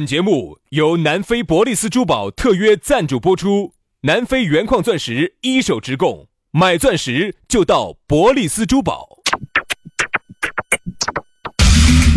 本节目由南非伯利斯珠宝特约赞助播出，南非原矿钻石一手直供，买钻石就到伯利斯珠宝。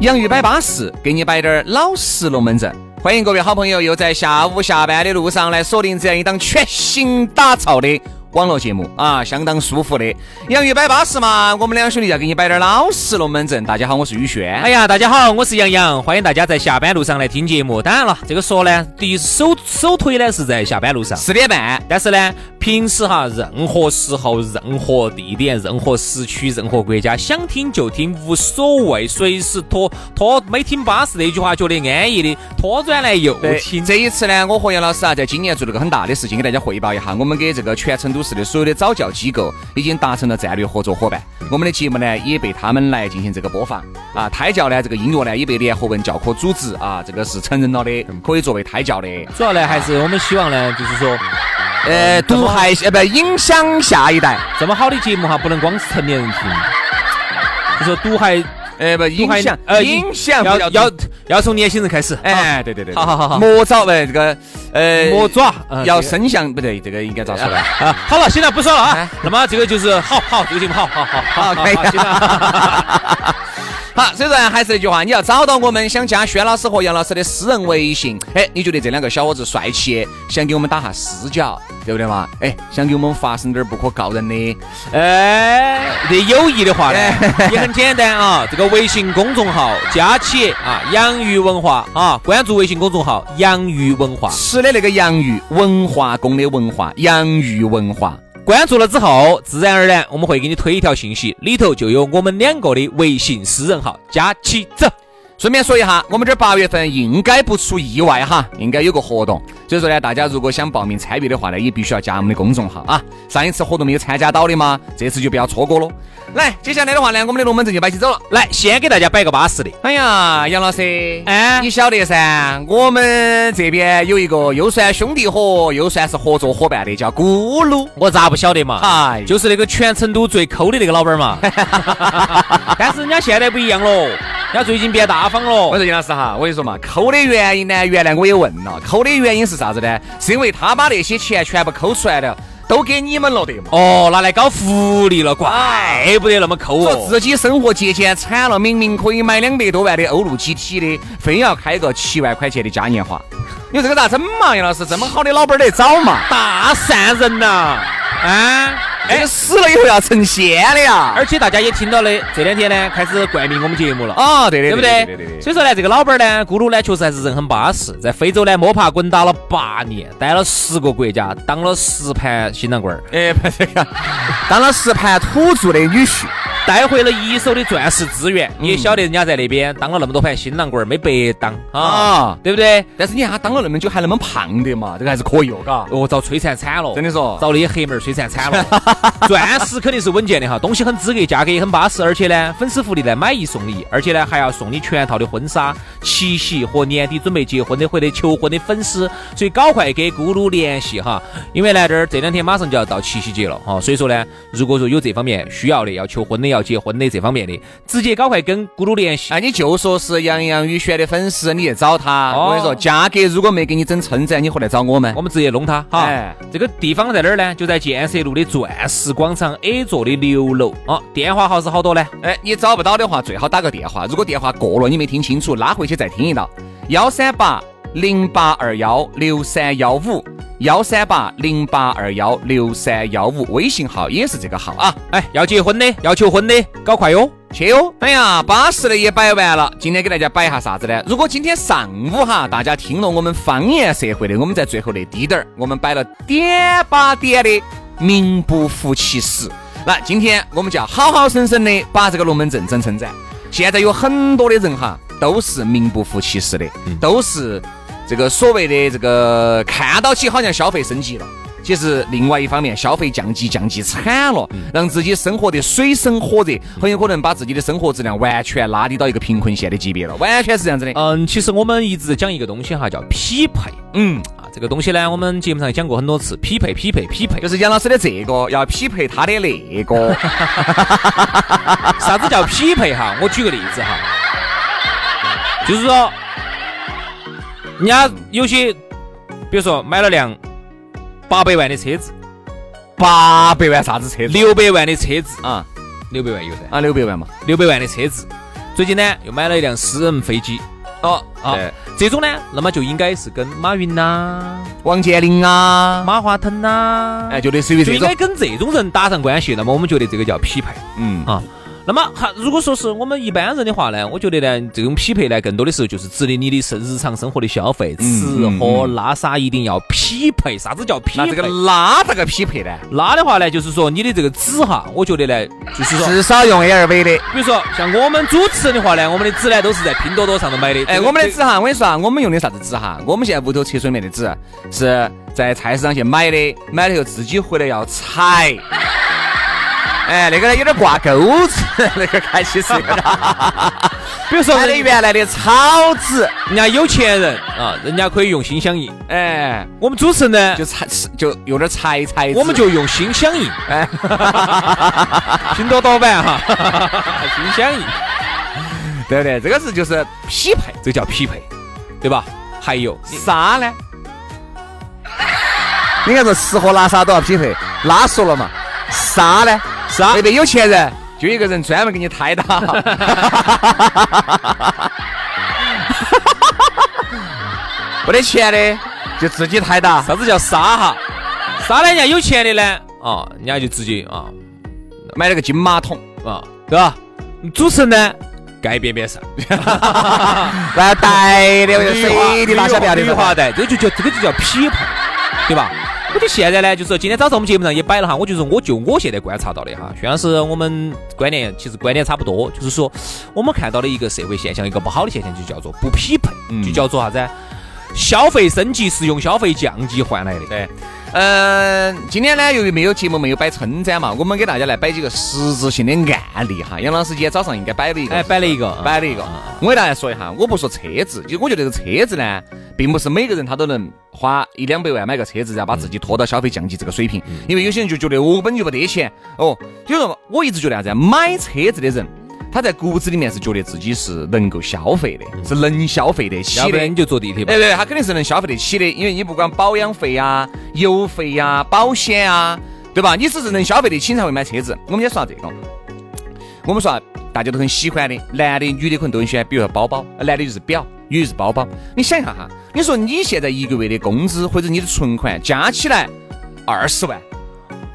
洋芋摆巴适，给你摆点儿老实龙门阵。欢迎各位好朋友又在下午下班的路上来锁定这样一档全新打造的网络节目啊，相当舒服的。洋芋摆巴适嘛，我们两兄弟要给你摆点儿老实龙门阵。大家好，我是宇轩。哎呀，大家好，我是杨洋，欢迎大家在下班路上来听节目。当然了，这个说呢，第一首首推呢是在下班路上，四点半，但是呢，平时哈，任何时候、任何地点、任何时区、任何国家，想听就听，无所谓，随时拖拖没听巴适那句话，觉得安逸的，拖转来又对听。这一次呢，我和杨老师啊，在今年做了个很大的事情，给大家汇报一下。我们给这个全成都市的所有的早教机构已经达成了战略合作伙伴。我们的节目呢，也被他们来进行这个播放啊。胎教呢，这个音乐呢，也被联合文教科组织啊，这个是承认了的，可以作为胎教的。主要呢，还是我们希望呢，就是说，呃，毒害呃不影响下一代，这么好的节目哈，不能光是成年人听，就说毒害呃不毒害影响呃影响不要要要从年轻人开始。哎对对对，对好好好好魔爪不这个呃魔爪嗯要这个伸向不对，这个应该咋说呢？啊，好了，现在不说了哎啊。那么这个就是好好，这个节目好好好好，可以。行了 好，所以说还是那句话，你要找到我们，想加轩老师和杨老师的私人微信。哎，你觉得这两个小伙子帅气，想给我们打下私交，对不对嘛？哎，想给我们发生点不可告人的，哎，这友谊的话呢哎，也很简单啊。这个微信公众号加起啊，养鱼文化啊，关注微信公众号养鱼文化。吃的那个洋芋，文化宫的文化，洋芋文化。关注了之后，自然而然我们会给你推一条信息，里头就有我们两个的微信私人号，加起走。顺便说一下，我们这儿八月份应该不出意外哈，应该有个活动。所以说呢，大家如果想报名参与的话呢，也必须要加我们的公众号啊。上一次活动没有参加到的嘛，这次就不要错过喽。来，接下来的话呢，我们的龙门阵就摆起走了。来，先给大家摆个巴适的。哎呀，杨老师，哎你晓得噻，我们这边有一个又算兄弟伙，又算是合作伙伴的，叫咕噜。我咋不晓得嘛？哎就是那个全成都最抠的那个老板儿 嘛。但是人家现在不一样喽，人家最近变大方我了。说杨老师哈，我跟你说嘛，抠的原因呢，原来我也问了，抠的原因是啥子呢？是因为他把那些钱全部抠出来了，都给你们了的嘛。 哦，拿来搞福利了，怪不得那么抠说哦。自己生活节俭惨了，明明可以买两百多万的欧陆 GT 的，非要开个七万块钱的嘉年华，你说这个咋整嘛？杨老师，这么好的老板儿得找嘛？大善人呐、啊！这个死了以后要成仙的呀！而且大家也听到的，这两天呢开始冠名我们节目了。啊，对的，对不对对？对对所以说呢，这个老板儿呢，咕噜呢，确实还是人很巴适，在非洲呢摸爬滚打了八年，待了十个国家，当了十盘新郎官儿，哎，不这个，当了石盘土著的女婿，带回了一手的钻石资源，嗯你也晓得人家在那边当了那么多盘新郎官儿，没白当啊啊，对不对？但是你看他当了那么久还那么胖的嘛，这个还是可以哦，嘎。哦，遭摧残惨了，真的说遭那些黑妹儿摧残惨了。 钻石肯定是稳健的哈，东西很资格，价格也很巴适，而且呢，粉丝福利呢买一送一，而且呢还要送你全套的婚纱、七夕和年底准备结婚的或者求婚的粉丝，所以赶快给咕噜联系哈，因为呢这儿这两天马上就要到七夕节了哈，所以说呢，如果说有这方面需要的，要求婚的、要结婚的这方面的，直接赶快跟咕噜联系。啊，你就说是杨洋宇轩的粉丝，你去找他。哦我跟你说，价格如果没给你整称赞，你回来找我们我。们直接弄他哈。哎这个地方在哪儿呢？就在建设路的钻石广场 A 座的六楼啊。电话号是好多呢？哎，你找不到的话，最好打个电话。如果电话过了，你没听清楚，拉回去再听一道。幺三八零八二幺六三幺五，幺三八零八二幺六三幺五，微信号也是这个号啊。哎，要结婚的，要求婚的，搞快哟！去哟！哎呀，巴适的也摆完了，今天给大家摆一下啥子呢？如果今天上午哈，大家听了我们方言社会的，我们在最后那滴点儿，我们摆了点把点的名不副其实。那今天我们就要好好生生的把这个龙门阵整成展。现在有很多的人哈，都是名不副其实的，嗯都是这个所谓的这个看到起好像消费升级了。其实，另外一方面，消费降级降级惨了，嗯让自己生活得水深火热，很有可能把自己的生活质量完全拉低到一个贫困线的级别了，完全是这样子的。嗯，其实我们一直讲一个东西哈，叫匹配嗯，啊。这个东西呢，我们节目上也讲过很多次，匹配、匹配、匹配就。是杨老师的这个要匹配他的那个，啥子叫匹配 哈？我举个例子哈，就是说，人家有些，比如说买了辆八百万的车子，八百万啥子车子？六百万的车子，啊六百万有噻，啊，六百万嘛。六百万的车子，最近呢又买了一辆私人飞机。哦啊，这种呢，那么就应该是跟马云呐、王健林啊，马化腾呐、哎，就类似就于这应种该，跟这种人搭上关系。那么我们觉得这个叫匹配。嗯啊。那么哈，如果说是我们一般人的话呢，我觉得呢，这种匹配呢，更多的时候就是指的你的生日常生活的消费，吃嗯喝拉撒一定要匹配。啥子叫匹那配这？个拉这个匹配呢？拉的话呢，就是说你的这个纸哈，我觉得呢，就是说，至少用 LV 的。比如说像我们主持人的话呢，我们的纸呢都是在拼多多上头买的。哎，这个我们的这纸哈，我跟你说啊，我们用的啥子纸哈？我们现在屋头厕所里面的纸是在菜市场去买的，买了以后自己回来要裁。哎，那个呢有点挂钩子， 那个看起是有点比如 说买的人原来的草纸，人家有钱人啊，人家可以用心相印，哎，我们主持人呢就，裁是就有点裁裁纸。我们就用心相印。 哎，拼多多版哈， 心相印。对不对？这个是就是匹配。这叫匹配，对吧？还有啥 呢？你看说吃喝拉撒都要匹配，拉说了嘛？啥呢？啥那边有钱人就有一个人专门给你抬的， 没得钱的就自己抬的。啥子叫沙哈？沙呢？人家有钱的呢，啊，人家就直接啊买了个金马桶，啊，对吧？主持人呢，该边边上，然后带的水的大小不要的绿化带，这就叫这个就叫匹配，对吧？我就现在呢，就是说今天早上我们节目上也摆了哈，我就是我就我现在观察到的哈，虽然是我们观点其实观点差不多，就是说我们看到的一个社会现象，一个不好的现象就叫做不匹配，嗯就叫做啥子？消费升级是用消费降级换来的。对，嗯、今天呢，由于没有节目没有摆称赞嘛，我们给大家来摆几个实质性的案例哈。杨老师今天早上应该摆了一个，哎，摆了一个，摆了一个。啊我给大家说一下，我不说车子，就我觉得这个车子呢，并不是每个人他都能花一两百万买个车子，然后把自己拖到消费降级这个水平。因为有些人就觉得我本就没得钱哦，就是说我一直觉得啥子啊，买车子的人。他在骨子里面是觉得自己是能够消费的，是能消费得起要不的然。你就坐地铁吧哎，。对，他肯定是能消费得起的，因为你不管保养费啊、油费呀、保险啊，对吧？你只是能消费得起你才会买车子。我们先说下这个，我们说啊大家都很喜欢的，男的、女的可能都很喜欢，比如说包包，男的就是表，女的是包包。你想一下哈，你说你现在一个月的工资或者你的存款加起来二十万，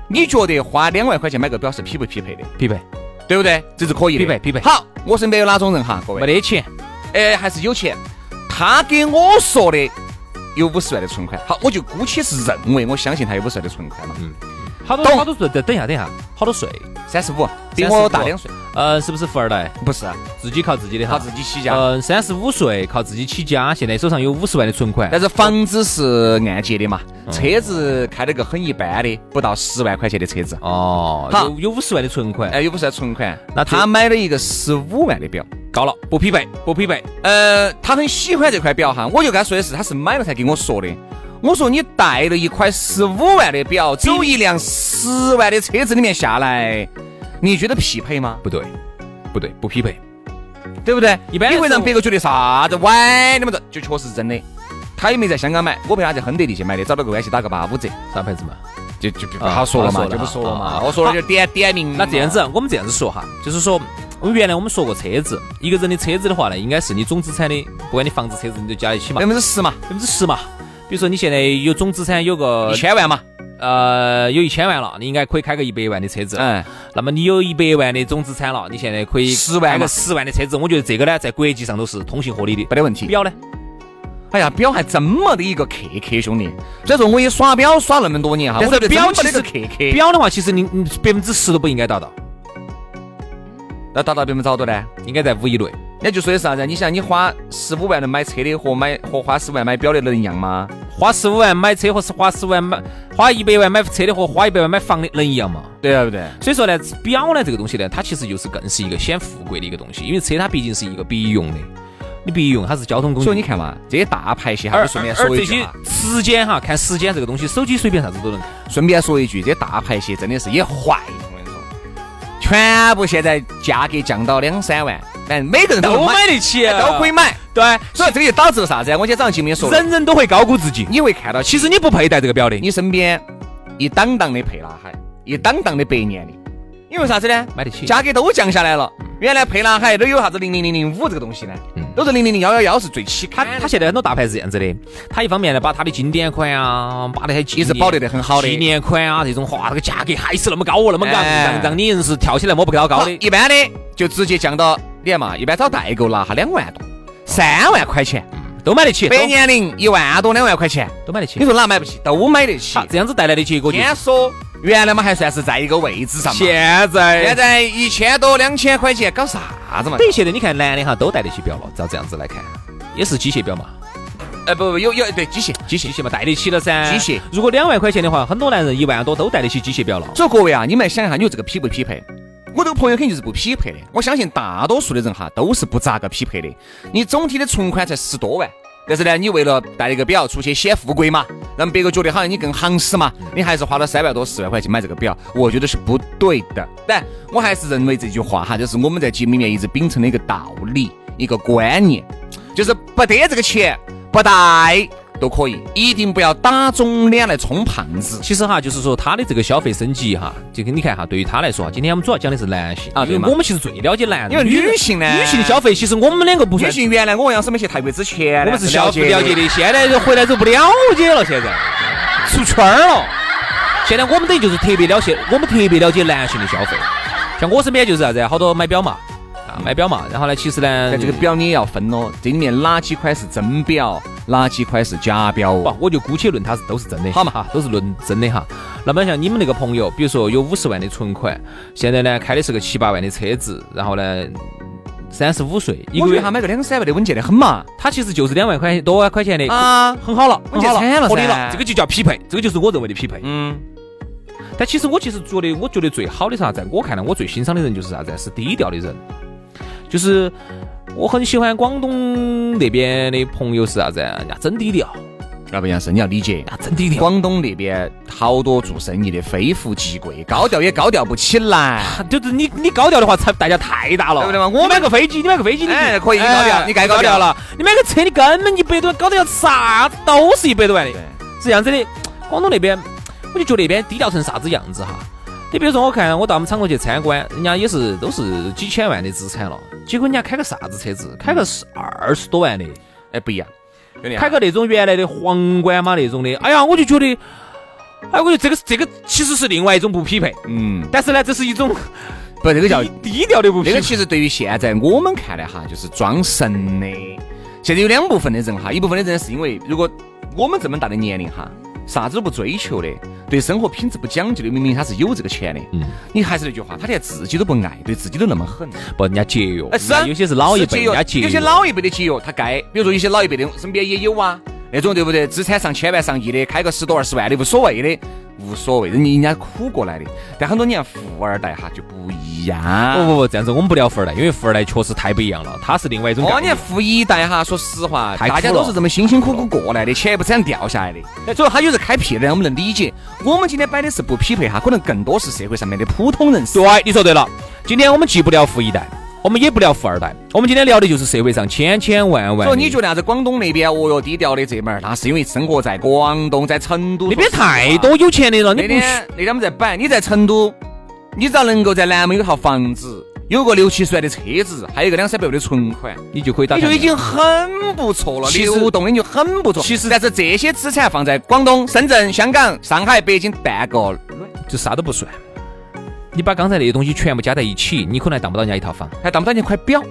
你觉得花两万块钱买个表是匹不匹配的？匹配，对不对？这是可以的，匹配匹配好，我身边有哪种人哈？各位没，得钱，哎，还是有钱。他给我说的有五十万的存款，好，我就姑且是认为，我相信他有五十万的存款嘛，好多懂好多岁，等等一下等一下，好多岁，三十五，比我大两岁，呃，是不是富二代？不是，啊自己靠自己的他哈。自己起家，嗯，三十五岁靠自己起家，现在手上有五十万的存款但，是房子是按揭的嘛，车子开了个很一般的，不到十万块钱的车子，哦，好有有五十万的存款，哎，有五十万存款，那这他买了一个十五万的表。高了，不匹配，不匹配，呃，他很喜欢这块表哈，我就跟他说的是，他是买了才跟我说的。我说你带了一块十五万的表，走一辆十万的车子里面下来，你觉得匹配吗？不对，不对，不匹配。对不对？一般来你说会让别个觉得啥子歪那么着，就确实是真的。他也没在香港买，我陪他在亨德利去买的，找到个关系打个八五折，啥牌子嘛？就就就不啊好说了好嘛，说了就不说了啊嘛。我说了就点点名。那这样，子，我们这样子说哈，就是说，我们原来我们说过车子，一个人的车子的话呢，应该是你总资产的，不管你房子、车子，你都加一起嘛百，分之十嘛，百分之十嘛。比如说你现在有总资产有个一千万嘛，呃有一千万了，你应该可以开个一百万的车子。嗯，那么你有一百万的总资产了，你现在可以10万开个嘛嗯十万的车子，我觉得这个呢，在国际上都是通行合理的。没得问题。表呢？哎呀，表还真没得一个克克，兄弟。所以说我也耍表耍那么多年哈，但我是觉得表真其没实得克克，表的话，其实你你百分之十都不应该达到，那达到百分之好多呢？应该在五以内。那就说的是啥子？你想，你花十五万能买车的和买和花十万买表的能一样吗？花十五万买车和是花十万买花一百万买车的和花一百万买房的能一样吗？对啊，不对？所以说呢，表呢这个东西呢，它其实就是更是一个显富贵的一个东西，因为车它毕竟是一个必用的，你必用它是交通工具。所以你看嘛，这些大牌些，还而不顺便而说这一句些哈，时间哈，看时间这个东西，手机随便啥子都能看。顺便说一句，这些大牌些真的是也坏，我跟你说，全部现在价格降到两三万，但每个人都能都买得起啊都可以买。对，所以这个就导致了啥子啊？我今天早上节目也说了，人人都会高估自己。你会看到，其实你不佩戴这个表的，你你身边一档档的沛纳海，一档档的百年的，因为啥子呢？买得起价格都降下来了。嗯原来沛纳海都有啥子零零零零五这个东西呢？都是零零零幺幺幺是最起它看它它现在很多大牌是这样子的，它一方面呢把它的经典款啊，把那些纪一直念保留得很好的纪念款啊这种，哇，这个价格还是那么高哦，那么昂，哎让让你硬是跳起来摸不到高好的。一般的就直接降到，你看嘛，一般找代购拿哈两万多、三万块钱，都买得起，百都年龄一万多、两万块钱，都买得你起。说哪买不起？都买得起好，。这样子带来的结果就是先说原来嘛还算是在一个位置上嘛，现在现在一千多、两千块钱搞啥子嘛？等于现在你看男的哈都戴得起表了，照这样子来看，也是机械表嘛，呃，不不，有有对机械机械机械嘛戴得起了噻。机械如果两万块钱的话，很多男人一万多都戴得起机械表了。所以各位啊，你们来想一下，你说这个匹不匹配？我这个朋友肯定就是不匹配的。我相信大多数的人哈都是不咋个匹配的。你总体的存款才十多万，但是呢，你为了戴一个表出去显富贵嘛，让别个觉得好像你更行实嘛，你还是花了三万多、四万块钱买这个表，我觉得是不对的。但我还是认为这句话哈，就是我们在节目里面一直秉承的一个道理、一个观念，就是不得这个钱不戴都可以，一定不要打肿脸来充胖子。其实哈，就是说他的这个消费升级哈，这个你看哈，对于他来说哈，今天我们主要讲的是男性啊对因嘛为我们其实最了解男人，因为人女性呢女性的消费其实我们两个不女算，性原来我和杨师没去泰国之前我呢，们是消费了解的。的，现在就回来之后不了解了，现在出圈儿了。现在我们等于就是特别了解，我们特别了解男性的消费。像我身边就是啥子，好多买表嘛，啊买表嘛，然后呢，其实呢，但哎这个表你也要分哦，这里面哪几块是真表，哪几块是假表不哦？，我就姑且论它是都是真的，好嘛哈，都是论真的哈。那么像你们那个朋友，比如说有五十万的存款，现在呢开的是个七八万的车子，然后呢三十五岁，一我个觉月得他买个两三万的稳健得很嘛。他其实就是两万块钱多万块钱的，啊，很好了，我哎很觉好得惨了合理噻了，这个就叫匹配，这个就是我认为的匹配。嗯，但其实我其实觉得，我觉得最好的是啥子？在我看来，我最欣赏的人就是啥子？是低调的人，就是我很喜欢广东那边的朋友是啥子？人家真低调，要不然是你要理解，人家真低调。广东那边好多做生意的非富即贵，高调也高调不起来。就是你你高调的话，才代价太大了，对不对嘛我买个飞机，你买个飞机，你哎可以高调你该高调调了。你买个车，你根本一百多万，高调啥子都是一百多万的，是这样子的。广东那边，我就觉得那边低调成啥子样子哈。你比如说，我看我到我们厂过去参观，人家也是都是几千万的资产了，结果人家开个啥子车子，开个是二十多万的，哎，不一样，兄弟啊开个那种原来的皇冠嘛那种的，哎呀，我就觉得，哎，我觉得这个这个其实是另外一种不匹配，嗯，但是呢，这是一种不，这个叫低低调的不匹那配个。其实对于现在我们看来哈，就是装神的。现在有两部分的人哈，一部分的人是因为如果我们这么大的年龄哈，啥子都不追求的，对生活品质不讲究的，明明他是有这个钱的，嗯，你还是那句话，他连自己都不爱，对自己都那么狠。不，人家节约，哎，是啊人家有些是老一是节辈，约人家节约，有些老一辈的节约，他该，比如说有些老一辈的身边也有啊，那种对不对？资产上千万、上亿的，开个十多二十万的无所谓的，无所谓，人家人家苦过来的。但很多你看富二代哈就不一样，啊不不不，这样子我们不聊富二代，因为富二代确实太不一样了，他是另外一种哦，概你念。看富一代哈，说实话，太苦大家都是这么辛辛苦苦过来的，钱也不是这样掉下来的。所以他有时开辟的，我们能理解。我们今天摆的是不匹配哈，可能更多是社会上面的普通人。对，你说对了。今天我们既不聊富一代，我们也不聊富二代，我们今天聊的就是社会上千千万万。所以你觉得啥子广东那边哦哟低调的这门儿，那是因为生活在广东，在成都那边说实话太多有钱的了，你那不需天那天我们在摆，你在成都，你只要能够在南门有套房子，有个六七十万的车子，还有一个两三百万的存款，你就可以打你开就门。已经很不错了，其实流动的你就很不错。其实，但是这些资产放在广东、深圳、香港、上海、北京半个，就啥都不算。你把刚才那些东西全部加在一起，你可能还当不到人家一套房，还当不到你块表，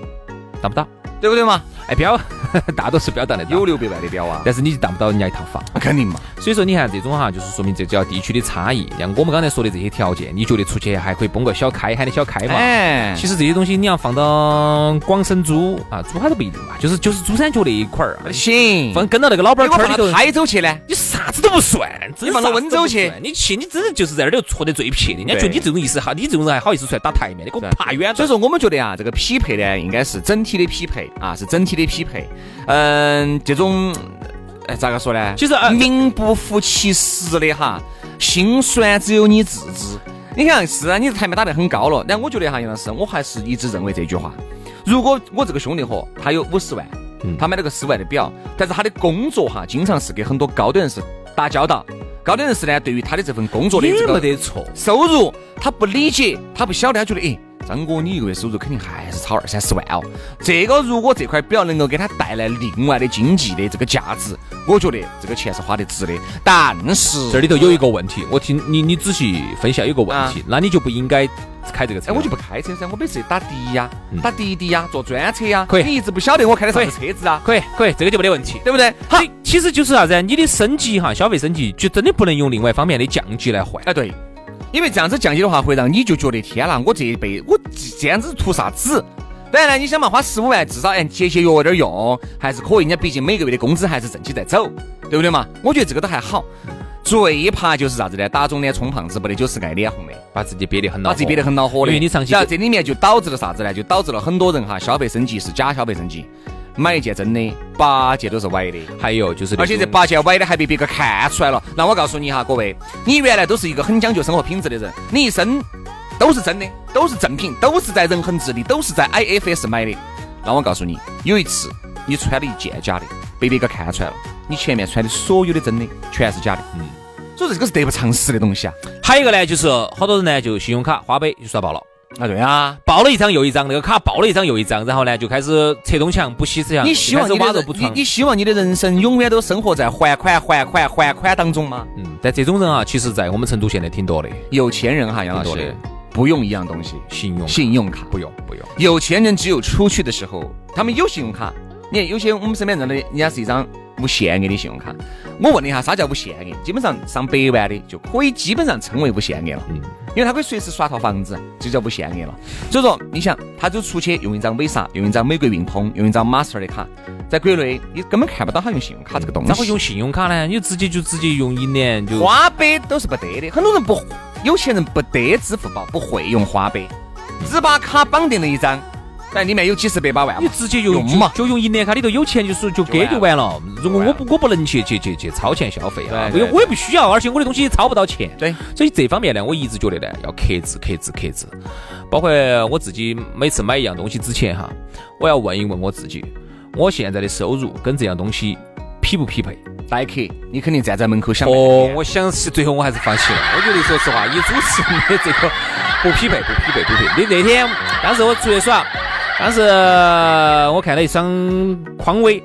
当不到。对不对嘛？哎，表， 大多数标当得到，有六百万的标啊，但是你就当不到人家一套房。肯定嘛。所以说，你看这种哈，就是说明这叫地区的差异。像我们刚才说的这些条件，你觉得出去还可以崩个小开，喊的小开嘛？哎，其实这些东西你要放到广深珠啊，珠海都不一定嘛，就是就是珠三角那一块儿啊，行，反正跟到那个老板你儿给我圈儿放里头到。台州去呢？你啥子都不算，真你放到啥子温都州不去算你去，你真的就是在那儿头戳得最撇的。人家觉得对你这种意思好，你这种人还好意思出来打台面，你给我爬远点所以。说，我们觉得啊，这个匹配呢，应该是整体的匹配啊，是整体的匹配。嗯，这种，哎，咋个说呢？其实啊名不符其实的哈，心酸只有你自知。你看，是啊，你台面打得很高了，但我觉得哈，杨老师，我还是一直认为这句话：如果我这个兄弟伙他有五十万，嗯他买了个十万的表，但是他的工作哈，经常是给很多高端人士打交道。高端人士呢，对于他的这份工作的也这个没得错，收入，他不理解，他不晓得，他觉得，哎，张哥，你一个月收入肯定还是超二三十万哦。这个如果这块表能够给他带来另外的经济的这个价值，我觉得这个钱是花得值的。但是这里头有一个问题，我听你你仔细分析，有个问题，那你就不应该开这个车。哎，我就不开车噻，我每次打的呀啊嗯，打滴滴呀，坐专车呀，可以你一直不晓得我开的啥可以子车子啊，可以可以，这个就没得问题。对不对？好，其实就是啥子啊？你的升级哈，消费升级就真的不能用另外方面的降级来换。哎，对，因为这样子降级的话，会让你就觉得天啦，我这一辈我这样子图啥子？当然了，你想嘛，花十五万，至少哎节节约有点用，还是可以。人家毕竟每个月的工资还是正起在走，对不对嘛？我觉得这个都还好。最怕就是啥子呢？打肿脸充胖子，没得酒是爱脸红的，把自己憋得很恼火，把自己憋得很恼火的。因为你长期然后这里面就导致了啥子呢？就导致了很多人哈，消费升级是假消费升级，买一件真的，八件都是歪的。还有就是嗯那种，而且这八件歪的还被别个看出来了。那我告诉你哈，各位，你原来都是一个很讲究生活品质的人，你一身都是真的，都是正品，都是在仁恒置地，都是在 IFS 买的。那我告诉你，有一次你穿了一件假的，被别个看出来了，你前面穿的所有的真的全是假的。嗯，所以这个是得不偿失的东西啊。还有一个呢，就是好多人呢就信用卡、花呗就刷爆了。啊，对啊，爆了一张又一张，那个卡爆了一张又一张，然后呢就开始拆东墙补西墙，你希望就你开始瓦肉的人补你床。你希望你的人生永远都生活在还款、还款、还款当中吗？嗯，但这种人啊，其实在我们成都现在挺多的，有钱人哈，杨老挺多师的不用一样东西，信用卡信用卡。不用不用，有钱人只有出去的时候，他们有信用卡。你看有些我们身边认得的，人家是一张无限额的信用卡。我问你一下，啥叫无限额？基本上上百万的就可以基本上称为无限额了，嗯，因为他可以随时刷套房子，就叫无限额了。所以说，你想，他就出去用一张 Visa，用一张美国运通，用一张 Master 的卡，在国内你根本看不到他用信用卡这个东西。咋会用信用卡呢？你就直接就直接用一年就花呗都是不得的，很多人不，有钱人不得支付宝，不会用花呗，只把卡绑定了一张，但里面有几十百把万嘛你。直接就用嘛就就用银联卡里头有钱就是就给就完了。如果我不我不能去去去去超前消费啊，对因对为我也不需要，而且我的东西也超不到钱。对，所以这方面呢，我一直觉得呢要克制克制克制。包括我自己每次买一样东西之前哈，我要问一问我自己，我现在的收入跟这样东西匹不匹配？耐克，你肯定站在门口想啊半哦，天。我想是最后我还是放弃了。我觉得说实话，以主持人的这个不匹配，不匹配，不匹配。你那天当时我出去耍，当时呃我看了一双匡威，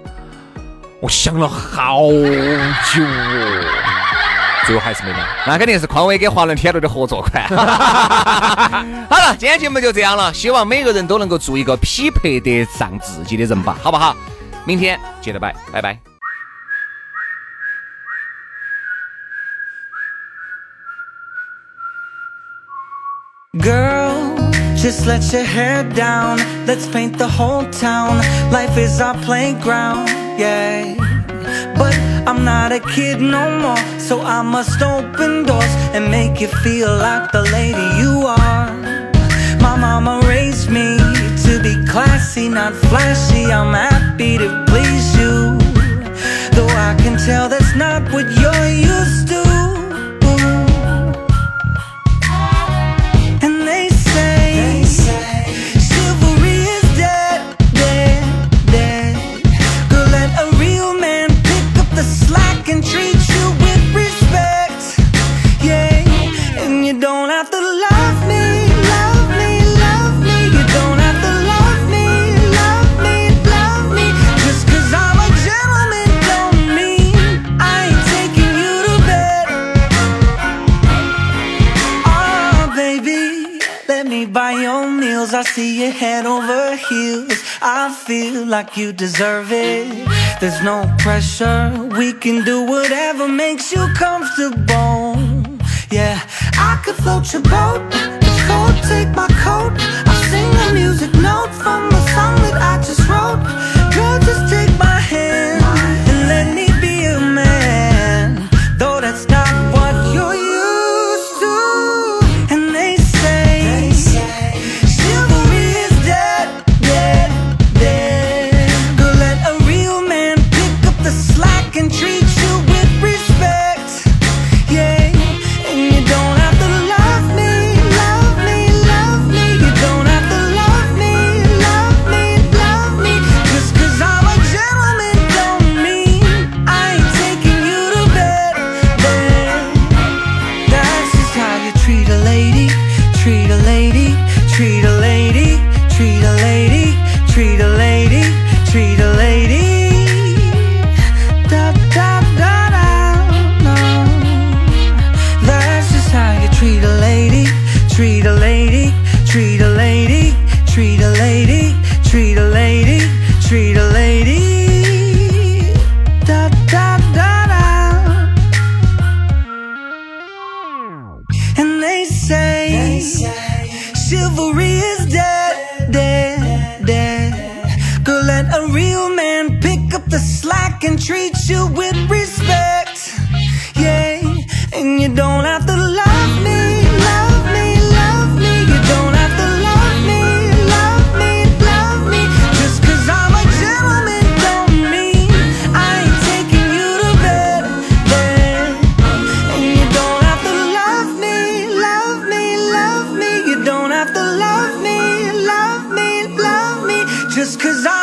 我想了好久哦，最后还是没买。那肯定是匡威给华伦天奴的合作款。好了，今天节目就这样了，希望每个人都能够做一个匹配得上自己的人吧，好不好？明天接着摆，拜拜。 Girl, just let your hair down. Let's paint the whole town. Life is our playground, yeah. But I'm not a kid no more, so I must open doors and make you feel like the lady you are. My mama raised me to be classy, not flashy. I'm happy to please you, though I can tell that's not what you're used to. And they say, chivalry is dead, dead, dead. Girl, let a real man pick up the slack and treat you with respect. Yeah, and you don't have to love me, love me, love me. You don't have to love me, love me, love me. Just cause I'm a gentleman don't mean I ain't taking you to bed. Oh, down meals. I see you head over heels. I feel like you deserve it. There's no pressure. We can do whatever makes you comfortable. Yeah, I could float your boat. It's cold, take my coat. I'll sing a music note from a song that I just wrote. Girl, just take my hand and let me be a man. Though that's not what you're used to. And they say, chivalry is dead, dead, dead. Girl, let a real man pick up the slack and treat you with respect. Yeah, and you don't have to love me, love me, love me. You don't have to love me, love me, love me. Just cause I'm a gentleman don't mean I ain't taking you to bed, bed. That's just how you treat a lady, treat a lady, treat a lady, treat a lady, treat a lady, treat a lady. Da da da da no. That's just how you treat a lady, treat a lady, treat a lady, treat a lady, treat a lady, treat a lady. Da da da da. And they say, chivalry is dead, dead, dead. Girl, let a real man pick up the slack and treat you with respect. Yeah, and you don't have to love me. love me, love me. You don't have to love me, love me, love me. Just 'cause I'm a gentleman don't mean I ain't taking you to bed, bed. And you don't have to love me, love me, love me. You don't have to love me, love me, love me. Just cause I